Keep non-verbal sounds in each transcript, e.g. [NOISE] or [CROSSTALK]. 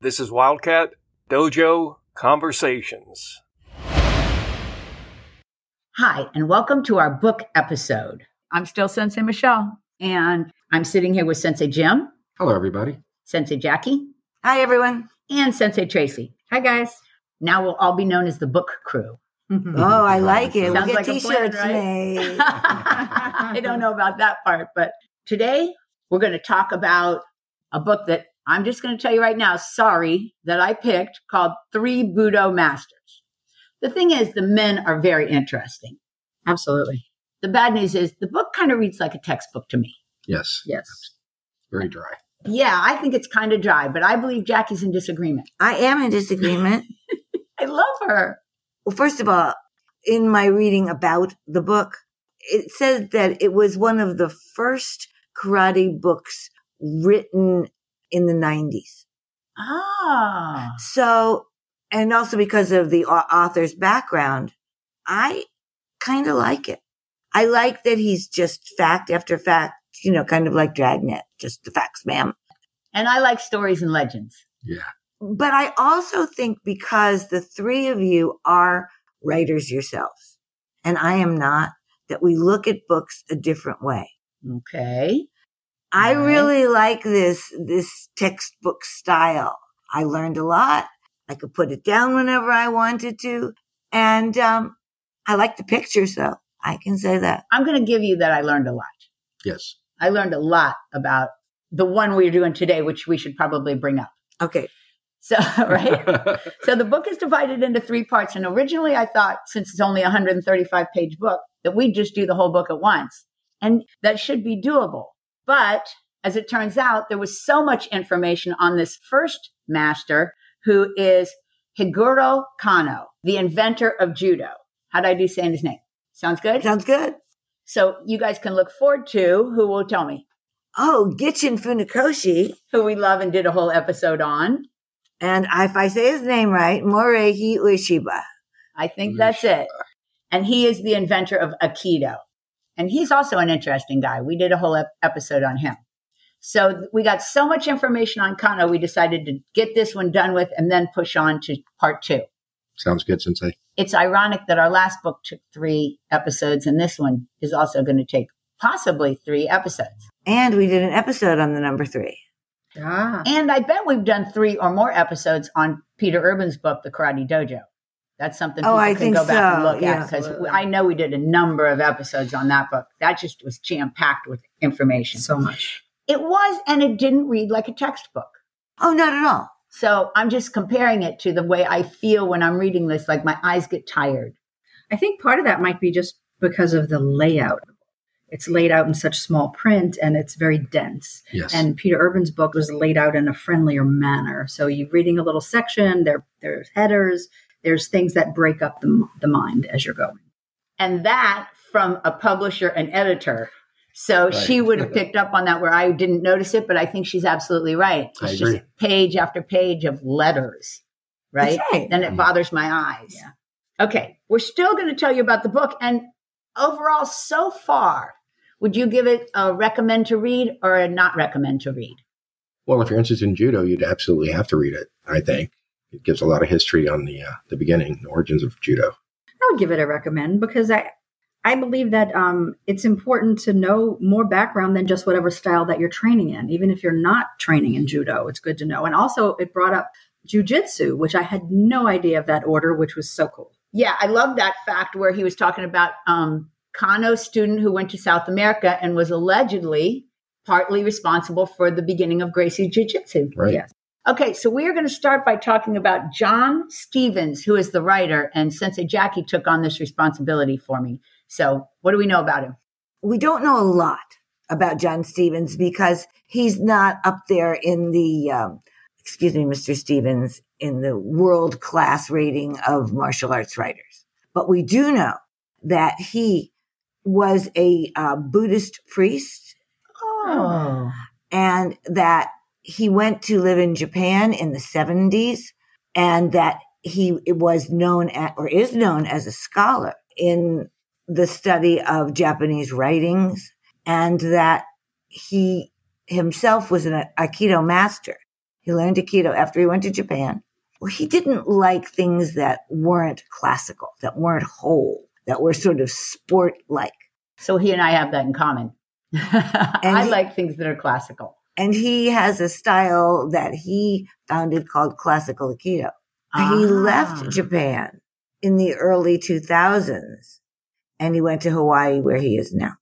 This is Wildcat Dojo Conversations. Hi, and welcome to our book episode. I'm still Sensei Michelle, and I'm sitting here with Sensei Jim, Hello, everybody. Sensei Jackie, Hi, everyone. and Sensei Tracy. Hi, guys. Now we'll all be known as the book crew. Mm-hmm. Oh, I like it. Sounds we'll get like a plan, t-shirts right? made. [LAUGHS] I don't know about that part, but today we're going to talk about a book that I'm just going to tell you right now, sorry, that I picked called Three Budo Masters. The thing is, the men are very interesting. Absolutely. The bad news is the book kind of reads like a textbook to me. Yes, Yes. very dry. Yeah, I think it's kind of dry, but I believe Jackie's in disagreement. I am in disagreement. I love her. well, first of all, in my reading about the book, it says that it was one of the first karate books written in the 90s. Ah. So, and also because of the au- author's background, I kind of like it. I like that he's just fact after fact, you know, kind of like Dragnet, just the facts, ma'am. And I like stories and legends. Yeah. But I also think because the three of you are writers yourselves, and I am not, that we look at books a different way. Okay. I Right. really like this, this textbook style. I learned a lot. I could put it down whenever I wanted to. And, um, I like the pictures though. I can say that. I'm going to give you that I learned a lot. Yes. I learned a lot about the one we're doing today, which we should probably bring up. Okay. So, [LAUGHS] right? so the book is divided into three parts. And originally I thought, since it's only a 135 page book, that we'd just do the whole book at once. And that should be doable. But as it turns out, there was so much information on this first master who is Higuro Kano, the inventor of judo. How'd I do saying his name? Sounds good? Sounds good. So you guys can look forward to who will tell me Oh, Gichin Funakoshi. who we love and did a whole episode on. And if I say his name right, Morihei Ueshiba. I think that's it. And he is the inventor of Aikido. And he's also an interesting guy. We did a whole ep- episode on him. So th- we got so much information on Kano, we decided to get this one done with and then push on to part two. [LAUGHS] Sounds good, Sensei. It's ironic that our last book took three episodes and this one is also going to take possibly three episodes. And we did an episode on the number three. Ah, And I bet we've done three or more episodes on Peter Urban's book, The Karate Dojo. That's something Oh, people I can think go back and so. look Yeah. at because I know we did a number of episodes on that book. That just was jam packed with information. so much. it was, and it didn't read like a textbook. Oh, not at all. So I'm just comparing it to the way I feel when I'm reading this. Like my eyes get tired. I think part of that might be just because of the layout. It's laid out in such small print and it's very dense. Yes. And Peter Urban's book was laid out in a friendlier manner. So you're reading a little section, there there's headers, there's things that break up the, m- the mind as you're going. and that from a publisher and editor. So she would have picked up on that where I didn't notice it, but I think she's absolutely right. I It's agree. just page after page of letters, right? That's right. Then it Mhm. bothers my eyes. Yeah. Okay, we're still going to tell you about the book. And overall, so far, would you give it a recommend to read or a not recommend to read? well, if you're interested in judo, you'd absolutely have to read it. I think it gives a lot of history on the uh, the beginning, the origins of judo. I would give it a recommend because I I believe that um, it's important to know more background than just whatever style that you're training in. Even if you're not training in judo, it's good to know. And also, it brought up jujitsu, which I had no idea of that order, which was so cool. Yeah, I love that fact where he was talking about um, Kano's student who went to South America and was allegedly partly responsible for the beginning of Gracie Jiu Jitsu. Right. Yes. Okay, so we are going to start by talking about John Stevens, who is the writer, and Sensei Jackie took on this responsibility for me. So, what do we know about him? we don't know a lot about John Stevens because he's not up there in the, um, excuse me, Mr. Stevens, in the world class rating of martial arts writers. But we do know that he was a uh, Buddhist priest Oh, and that he went to live in Japan in the 70s and that he was known at, or is known as a scholar in the study of Japanese writings and that he himself was an Aikido master. He learned Aikido after he went to Japan. Well, he didn't like things that weren't classical, that weren't whole, that were sort of sport like. So he and I have that in common. [LAUGHS] I he- like things that are classical. And he has a style that he founded called classical Aikido. Ah. He left Japan in the early 2000s and he went to Hawaii where he is now.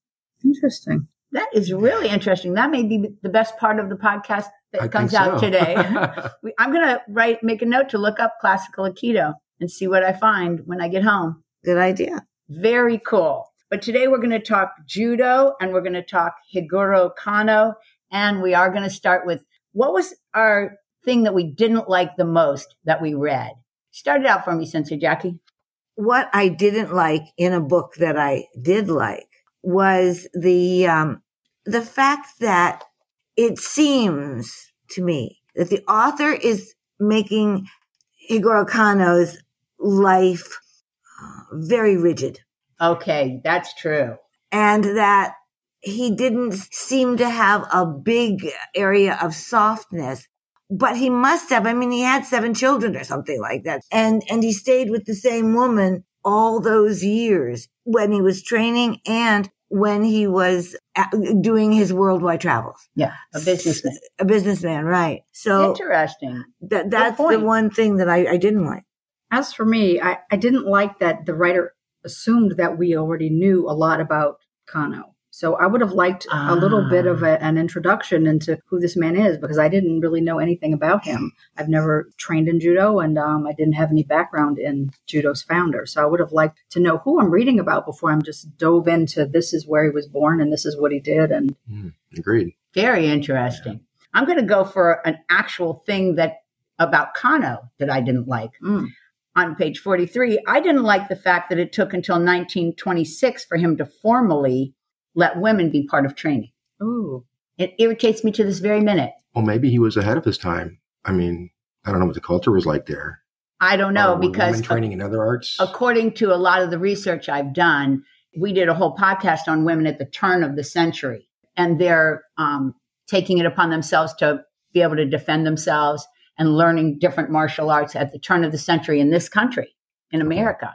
Interesting. That is really interesting. That may be the best part of the podcast that I comes think out so. today. [LAUGHS] We- I'm going to write, make a note to look up classical Aikido and see what I find when I get home. Good idea. Very cool. But today we're going to talk judo and we're going to talk Higuro Kano. And we are going to start with what was our thing that we didn't like the most that we read? Start it out for me, Sensei Jackie. What I didn't like in a book that I did like was the, um, the fact that it seems to me that the author is making Higuro Kano's life uh, very rigid. Okay, that's true. and that he didn't seem to have a big area of softness but he must have i mean he had seven children or something like that and and he stayed with the same woman all those years when he was training and when he was uh, doing his worldwide travels Yeah, a businessman. a businessman right so Interesting. that that's the point. one thing that i, I didn't like As for me, I, I didn't like that the writer assumed that we already knew a lot about Kano. So I would have liked a little bit of a, an introduction into who this man is because I didn't really know anything about him. I've never trained in judo and um, I didn't have any background in judo's founder. So I would have liked to know who I'm reading about before I'm just dove into this is where he was born and this is what he did. And Agreed. Very interesting. I'm going to go for an actual thing that about Kano that I didn't like. mm, On page 43, I didn't like the fact that it took until 1926 for him to formally let women be part of training. ooh, It irritates me to this very minute. Well, maybe he was ahead of his time. I mean, I don't know what the culture was like there. I don't know Or were because Oh, uh, women training in other arts. according to a lot of the research I've done, we did a whole podcast on women at the turn of the century, and they're um, taking it upon themselves to be able to defend themselves and learning different martial arts at the turn of the century in this country, in America.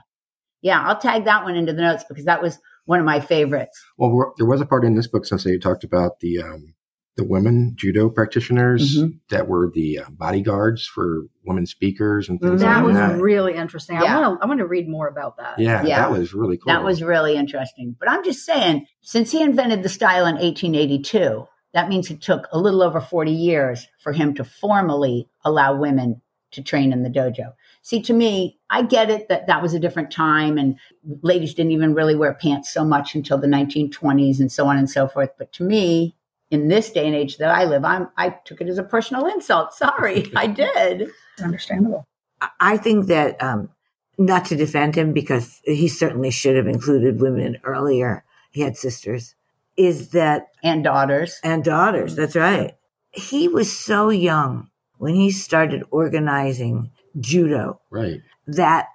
Yeah, I'll tag that one into the notes because that was one of my favorites. Well, we're- there was a part in this book, since they talked about the um, the women judo practitioners Mm-hmm. that were the uh, bodyguards for women speakers and things that like was that. really interesting. Yeah. I want to I want to read more about that. yeah, Yeah. that was really cool. That was really interesting. But I'm just saying, since he invented the style in 1882, that means it took a little over 40 years for him to formally allow women to train in the dojo. See, to me, I get it that that was a different time and ladies didn't even really wear pants so much until the 1920s and so on and so forth. But to me, in this day and age that I live, I'm, I took it as a personal insult. Sorry, I did. Understandable. I- I think that um, not to defend him because he certainly should have included women earlier. He had sisters. Is that And daughters. and daughters? That's right. He was so young when he started organizing judo right. that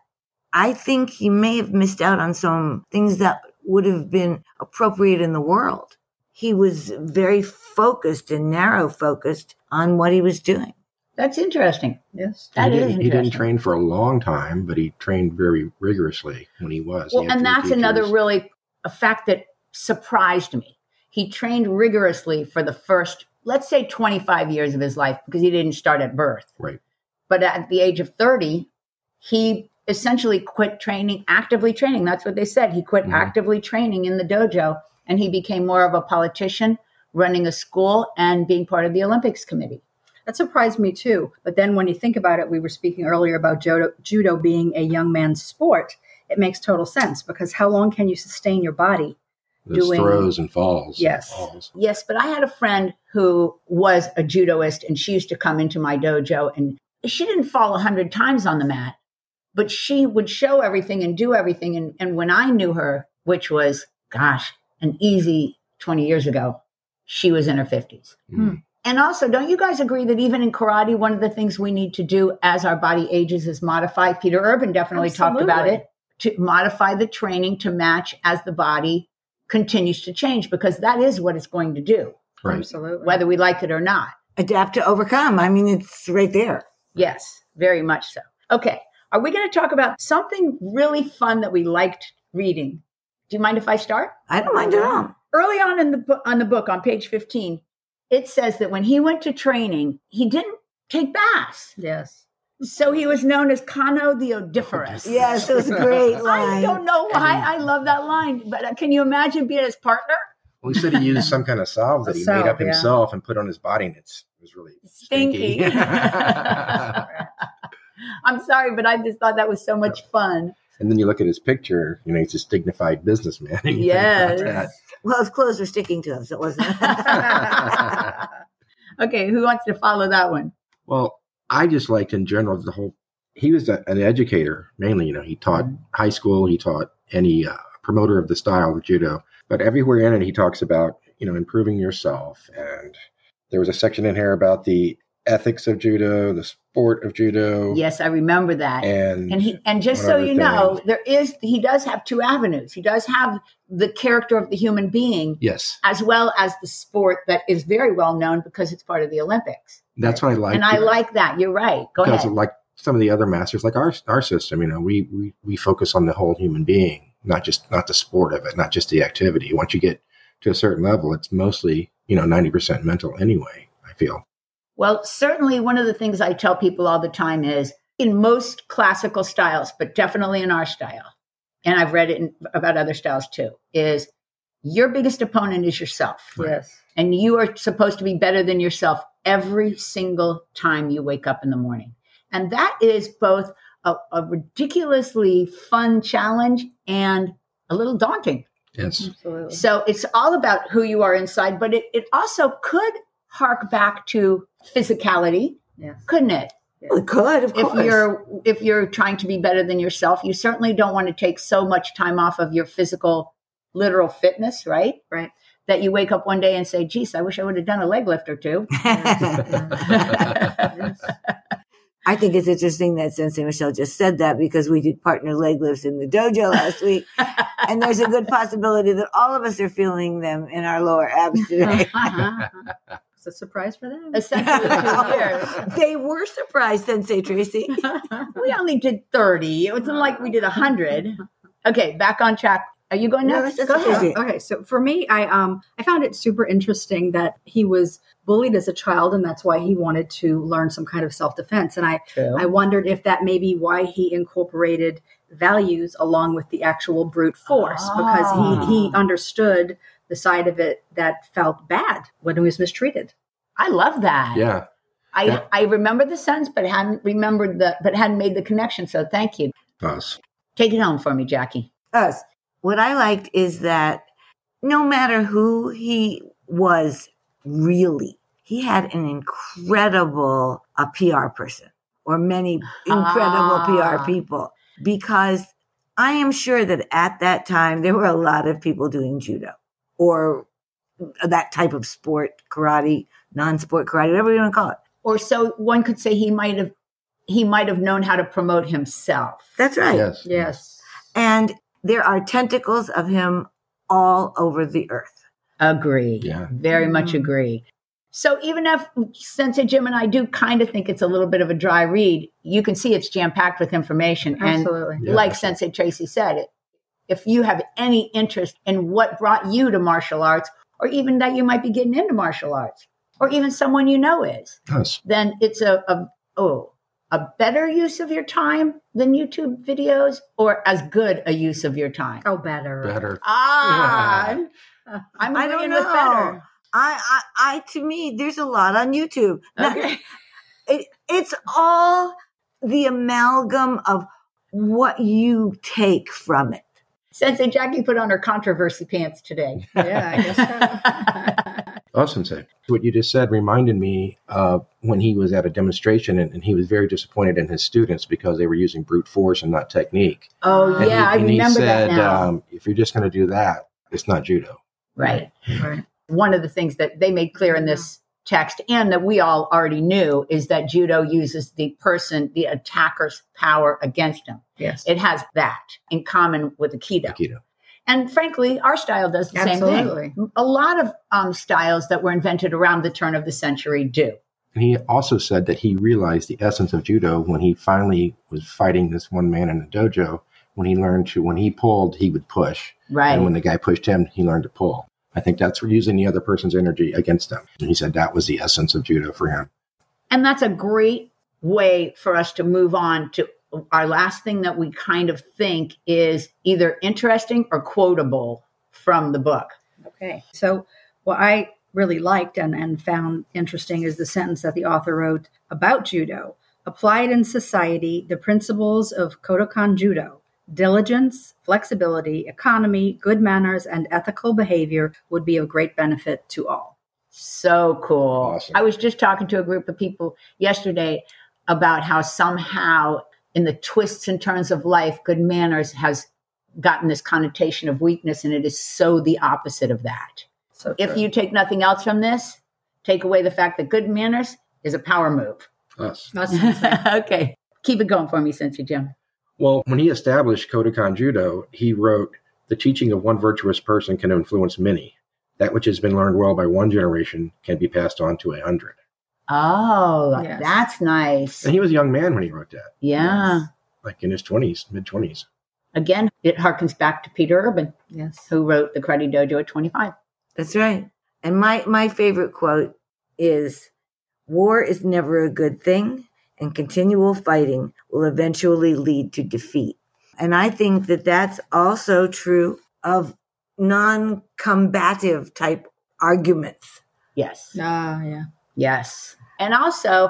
I think he may have missed out on some things that would have been appropriate in the world. He was very focused and narrow focused on what he was doing. That's interesting. Yes. That he is didn't, he didn't interesting. train for a long time, but he trained very rigorously when he was. He Well, had and three that's another teachers. really a fact that surprised me. He trained rigorously for the first, let's say, 25 years of his life because he didn't start at birth. Right. But at the age of 30, he essentially quit training, actively training. That's what they said. He quit Mhm. actively training in the dojo and he became more of a politician, running a school and being part of the Olympics committee. That surprised me too. But then when you think about it, we were speaking earlier about judo, judo being a young man's sport. It makes total sense because how long can you sustain your body? Those doing- throws and falls. and Yes. falls. Yes, but I had a friend who was a judoist and she used to come into my dojo and she didn't fall a hundred times on the mat, but she would show everything and do everything. And, and when I knew her, which was, gosh, an easy 20 years ago, she was in her 50s. Mm. And also, don't you guys agree that even in karate, one of the things we need to do as our body ages is modify? Peter Urban definitely talked about Absolutely. it to modify the training to match as the body continues to change because that is what it's going to do Right. Absolutely. whether we like it or not. adapt to overcome. I mean, it's right there. Yes, very much so. Okay. Are we going to talk about something really fun that we liked reading? Do you mind if I start? I don't mind at all. Early on in the bo- on the book on page 15, it says that when he went to training, he didn't take baths. Yes. So he was known as Cano the Odiferous. Yes, it [LAUGHS] was a great Oh, I line. don't know why I love that line, but uh, can you imagine being his partner? Well, he said he used some kind [LAUGHS] of salve that A he salve, made up yeah. himself and put on his body, and it's, it was really Stinky. [LAUGHS] stinky. I'm sorry, but I just thought that was so much fun. [LAUGHS] and then you look at his picture, you know, he's this dignified businessman. [LAUGHS] and you think about Yes. that. Well, his clothes were sticking to him, so it [LAUGHS] wasn't. [LAUGHS] okay, who wants to follow that one? Well, I just liked in general the whole. He was a, an educator mainly. You know, he taught Mm-hmm. high school. He taught any uh, promoter of the style of judo. But everywhere in it, he talks about you know improving yourself. And there was a section in here about the ethics of judo, the sport of judo, Yes, I remember that. and, And he and just so One other you know, there is he does have two avenues. He does have the character of the human being yes, as well as the sport that is very well known because it's part of the Olympics. that's what I liked. and I like that. You're right. Go because ahead. like some of the other masters, like our our system, you know, we we we focus on the whole human being, not just not the sport of it, not just the activity. Once you get to a certain level, it's mostly you know ninety percent mental anyway. I feel Well, certainly one of the things I tell people all the time is in most classical styles, but definitely in our style, and I've read it in, about other styles too, is your biggest opponent is yourself. Yes. And you are supposed to be better than yourself every single time you wake up in the morning. And that is both a, a ridiculously fun challenge and a little daunting. yes, Absolutely. So it's all about who you are inside, but it, it also could hark back to physicality, Yes. couldn't it? We could, of course. If you're if you're trying to be better than yourself, you certainly don't want to take so much time off of your physical literal fitness, right? Right. That you wake up one day and say, geez, I wish I would have done a leg lift or [LAUGHS] two. [LAUGHS] Uh-huh. Yes. I think it's interesting that Sensei Michelle just said that because we did partner leg lifts in the dojo last week. and there's a good possibility that all of us are feeling them in our [LAUGHS] lower abs today. it's a surprise for them. Essentially two [LAUGHS] years. they were surprised, Sensei Tracy. We only did 30. It wasn't like we did 100. Okay, back on track. Are you going No, next? that's Go ahead. okay. Okay, so for me, I um I found it super interesting that he was bullied as a child, and that's why he wanted to learn some kind of self defense. And I I wondered if that may be why he incorporated values along with the actual brute force Ah. because he he understood the side of it that felt bad when he was mistreated. I love that. yeah. I, Yeah. I remember the sense, but hadn't remembered the, but hadn't made the connection. So thank you. Us. Take it home for me, Jackie. Us. What I liked is that no matter who he was really, he had an incredible a PR person or many incredible Ah. PR people because I am sure that at that time there were a lot of people doing judo or that type of sport, karate, non-sport karate, whatever you want to call it. Or so one could say he might have he might have known how to promote himself. That's right. Yes. Yes. And there are tentacles of him all over the earth. Agree. Yeah. Very much Mhm. agree. So even if Sensei Jim and I do kind of think it's a little bit of a dry read, you can see it's jam packed with information. And Absolutely. Yeah. like Sensei Tracy said, it, if you have any interest in what brought you to martial arts, or even that you might be getting into martial arts, or even someone you know is, Us. then it's a, a oh a better use of your time than YouTube videos, or as good a use of your time. Oh better. Better. Ah, Yeah. I'm- I'm I don't agreeing know. with [LAUGHS] better. I, I, I, to me, there's a lot on YouTube. Not- Okay. it, it's all the amalgam of what you take from it. Sensei Jackie put on her controversy pants [LAUGHS] today. Yeah, I guess [LAUGHS] so. Oh, Sensei, what you just said reminded me of when he was at a demonstration and, and he was very disappointed in his students because they were using brute force and not technique. Oh And yeah, I he, and he remember said, that now. Um, if you're just going to do that, it's not judo. right. Right. One of the things that they made clear in this text and that we all already knew is that judo uses the person, the attacker's power against him. Yes. It has that in common with Aikido. Aikido. And frankly, our style does the same thing. Absolutely. A lot of um, styles that were invented around the turn of the century do. And he also said that he realized the essence of judo when he finally was fighting this one man in a dojo. When he learned to, when he pulled, he would push. Right. And when the guy pushed him, he learned to pull. I think that's using the other person's energy against them. And he said that was the essence of judo for him. And that's a great way for us to move on to our last thing that we kind of think is either interesting or quotable from the book. Okay. So, what I really liked and, and found interesting is the sentence that the author wrote about judo. Applied in society, the principles of Kodokan Judo, diligence, flexibility, economy, good manners, and ethical behavior would be of great benefit to all. So cool. Awesome. I was just talking to a group of people yesterday about how somehow in the twists and turns of life, good manners has gotten this connotation of weakness, and it is so the opposite of that. So, If true. you take nothing else from this, take away the fact that good manners is a power move. Us. [LAUGHS] That's- okay. Keep it going for me, Sensei Jim. Well, when he established Kodokan Judo, he wrote, The teaching of one virtuous person can influence many. That which has been learned well by one generation can be passed on to a hundred. Oh, Yes. that's nice. And he was a young man when he wrote that, Yeah. like in his 20s, mid 20s. Again, it harkens back to Peter Urban, yes. who wrote The Karate Dojo at 25. That's right. And my my favorite quote is war is never a good thing and continual fighting will eventually lead to defeat. And I think that that's also true of non-combative type arguments. Yes. Ah, yeah. Yes. And also,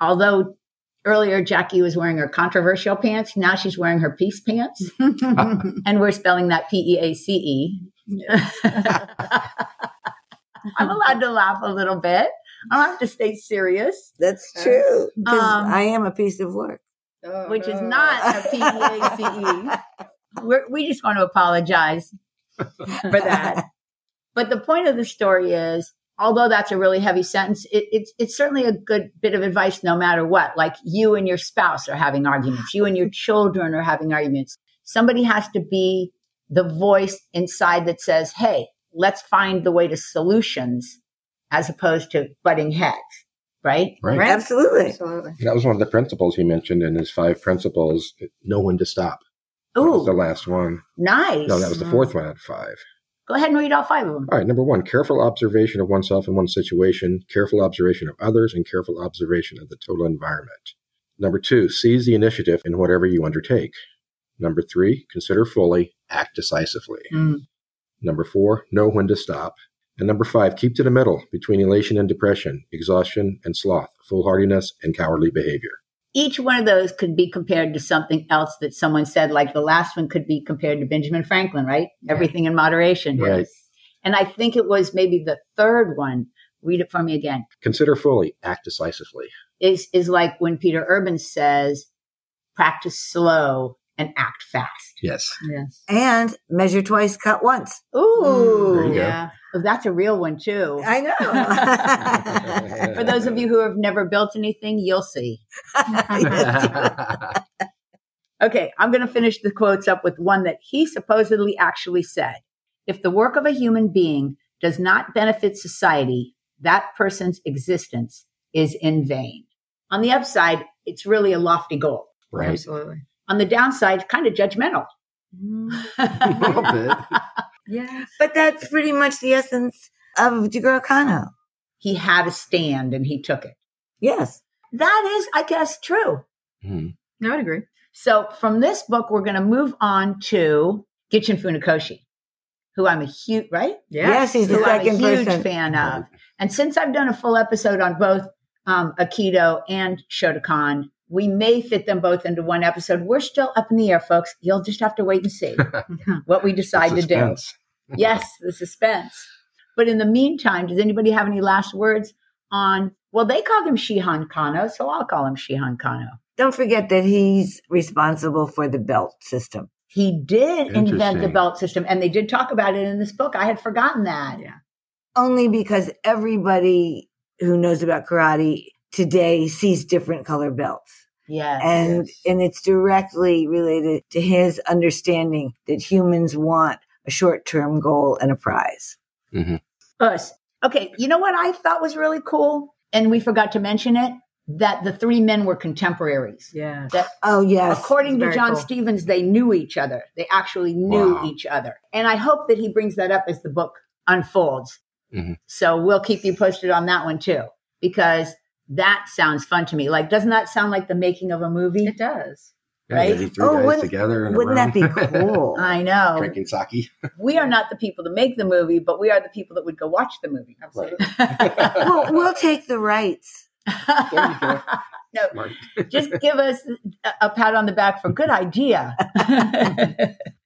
although earlier Jackie was wearing her controversial pants, now she's wearing her peace pants. And we're spelling that P E A C E. I'm allowed to laugh a little bit. I don't have to stay serious, That's Yes. true. 'cause Um, I am a piece of work. Oh, which is no. not a P E [LAUGHS] A C E. We're, we just want to apologize for [LAUGHS] that. but the point of the story is, although that's a really heavy sentence, it, it's it's certainly a good bit of advice, no matter what. Like you and your spouse are having arguments, you and your children are having arguments. Somebody has to be the voice inside that says, "Hey, let's find the way to solutions," as opposed to butting heads, right? Right. Right. Absolutely. Absolutely. That was one of the principles he mentioned in his five principles no one to stop. That was the Ooh, last one. nice. No, that was the Mhm. fourth one out of five. Go ahead and read all five of them. All right, number one, careful observation of oneself in one situation, careful observation of others, and careful observation of the total environment. Number two, seize the initiative in whatever you undertake. Number three, consider fully, act decisively. Mm. Number four, know when to stop. And number five, keep to the middle between elation and depression, exhaustion and sloth, foolhardiness and cowardly behavior. each one of those could be compared to something else that someone said like the last one could be compared to benjamin franklin right Yeah. everything in moderation Right. and i think it was maybe the third one read it for me again Consider fully, act decisively. is is like when peter urban says practice slow and act fast [LAUGHS] Yes. Yes. And measure twice, cut once. ooh There you go. Yeah. that's a real one too I know. for those of you who have never built anything you'll see Okay, I'm going to finish the quotes up with one that he supposedly actually said. If the work of a human being does not benefit society, that person's existence is in vain. On the upside, it's really a lofty goal. [LAUGHS] [LAUGHS] right. Absolutely. On the downside, kind of judgmental. Mm. A little bit. Yes. [LAUGHS] But that's pretty much the essence of Jigoro Kano. he had a stand and he took it. Yes. That is, I guess, true. Hmm. No, I'd agree. So from this book, we're going to move on to Gichin Funakoshi, who I'm a huge, right? Yes, he's the who I'm a second huge person. fan of. And since I've done a full episode on both um, Aikido and Shotokan, we may fit them both into one episode. We're still up in the air, folks. You'll just have to wait and [LAUGHS] see what we decide to do. Suspense. Yes, the suspense. But in the meantime, does anybody have any last words on? Well, they call him Shihan Kano, so I'll call him Shihan Kano. Don't forget that he's responsible for the belt system. He did invent the Interesting. belt system, and they did talk about it in this book. I had forgotten that. Yeah. Only because everybody who knows about karate today sees different color belts. Yes. And and it's directly related to his understanding that humans want a short-term goal and a prize. Us. Okay, you know what I thought was really cool? and we forgot to mention it that the three men were contemporaries. Yeah. That Oh yes. according to very John cool. Stevens, they knew each other. They actually knew Wow. each other. And I hope that he brings that up as the book unfolds. Mhm. So we'll keep you posted on that one too, because that sounds fun to me. Like, doesn't that sound like the making of a movie? It does. Yeah, Right? maybe three Oh, guys wouldn't- together in a Wouldn't that be room. [LAUGHS] cool? I know. Drinking sake. We are not the people to make the movie, but we are the people that would go watch the movie. Absolutely. [LAUGHS] [LAUGHS] well, we'll take the rights. [LAUGHS] There you [LAUGHS] go. No. Smart. [LAUGHS] just give us a, a pat on the back for good idea.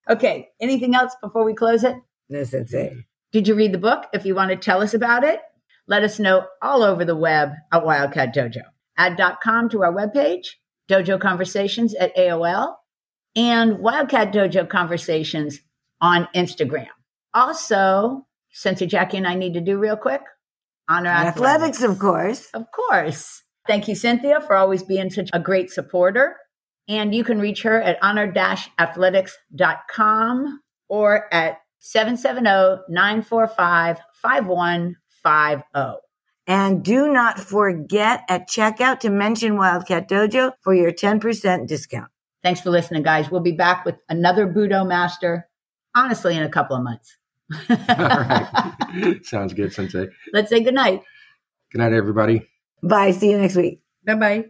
okay. Anything else before we close it? Yes, that's Mm-hmm. it. Did you read the book? If you want to tell us about it, let us know all over the web at Wildcat Dojo. Add.com to our webpage, Dojo Conversations at AOL, and Wildcat Dojo Conversations on Instagram. Also, Sensei Jackie and I need to do real quick, honor Athletics, of course. of course. Thank you, Cynthia, for always being such a great supporter. And you can reach her at honor athletics.com or at oh, 770 945 5150. And do not forget at checkout to mention Wildcat Dojo for your 10% discount. Thanks for listening, guys. We'll be back with another Budo master, honestly, in a couple of months. [LAUGHS] All right. [LAUGHS] Sounds good, Sensei. [LAUGHS] Let's say goodnight. Good night, everybody. Bye. See you next week. Bye bye.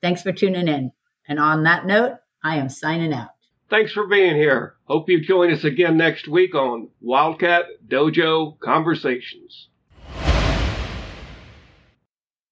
Thanks for tuning in. And on that note, I am signing out. Thanks for being here. Hope you join us again next week on Wildcat Dojo Conversations.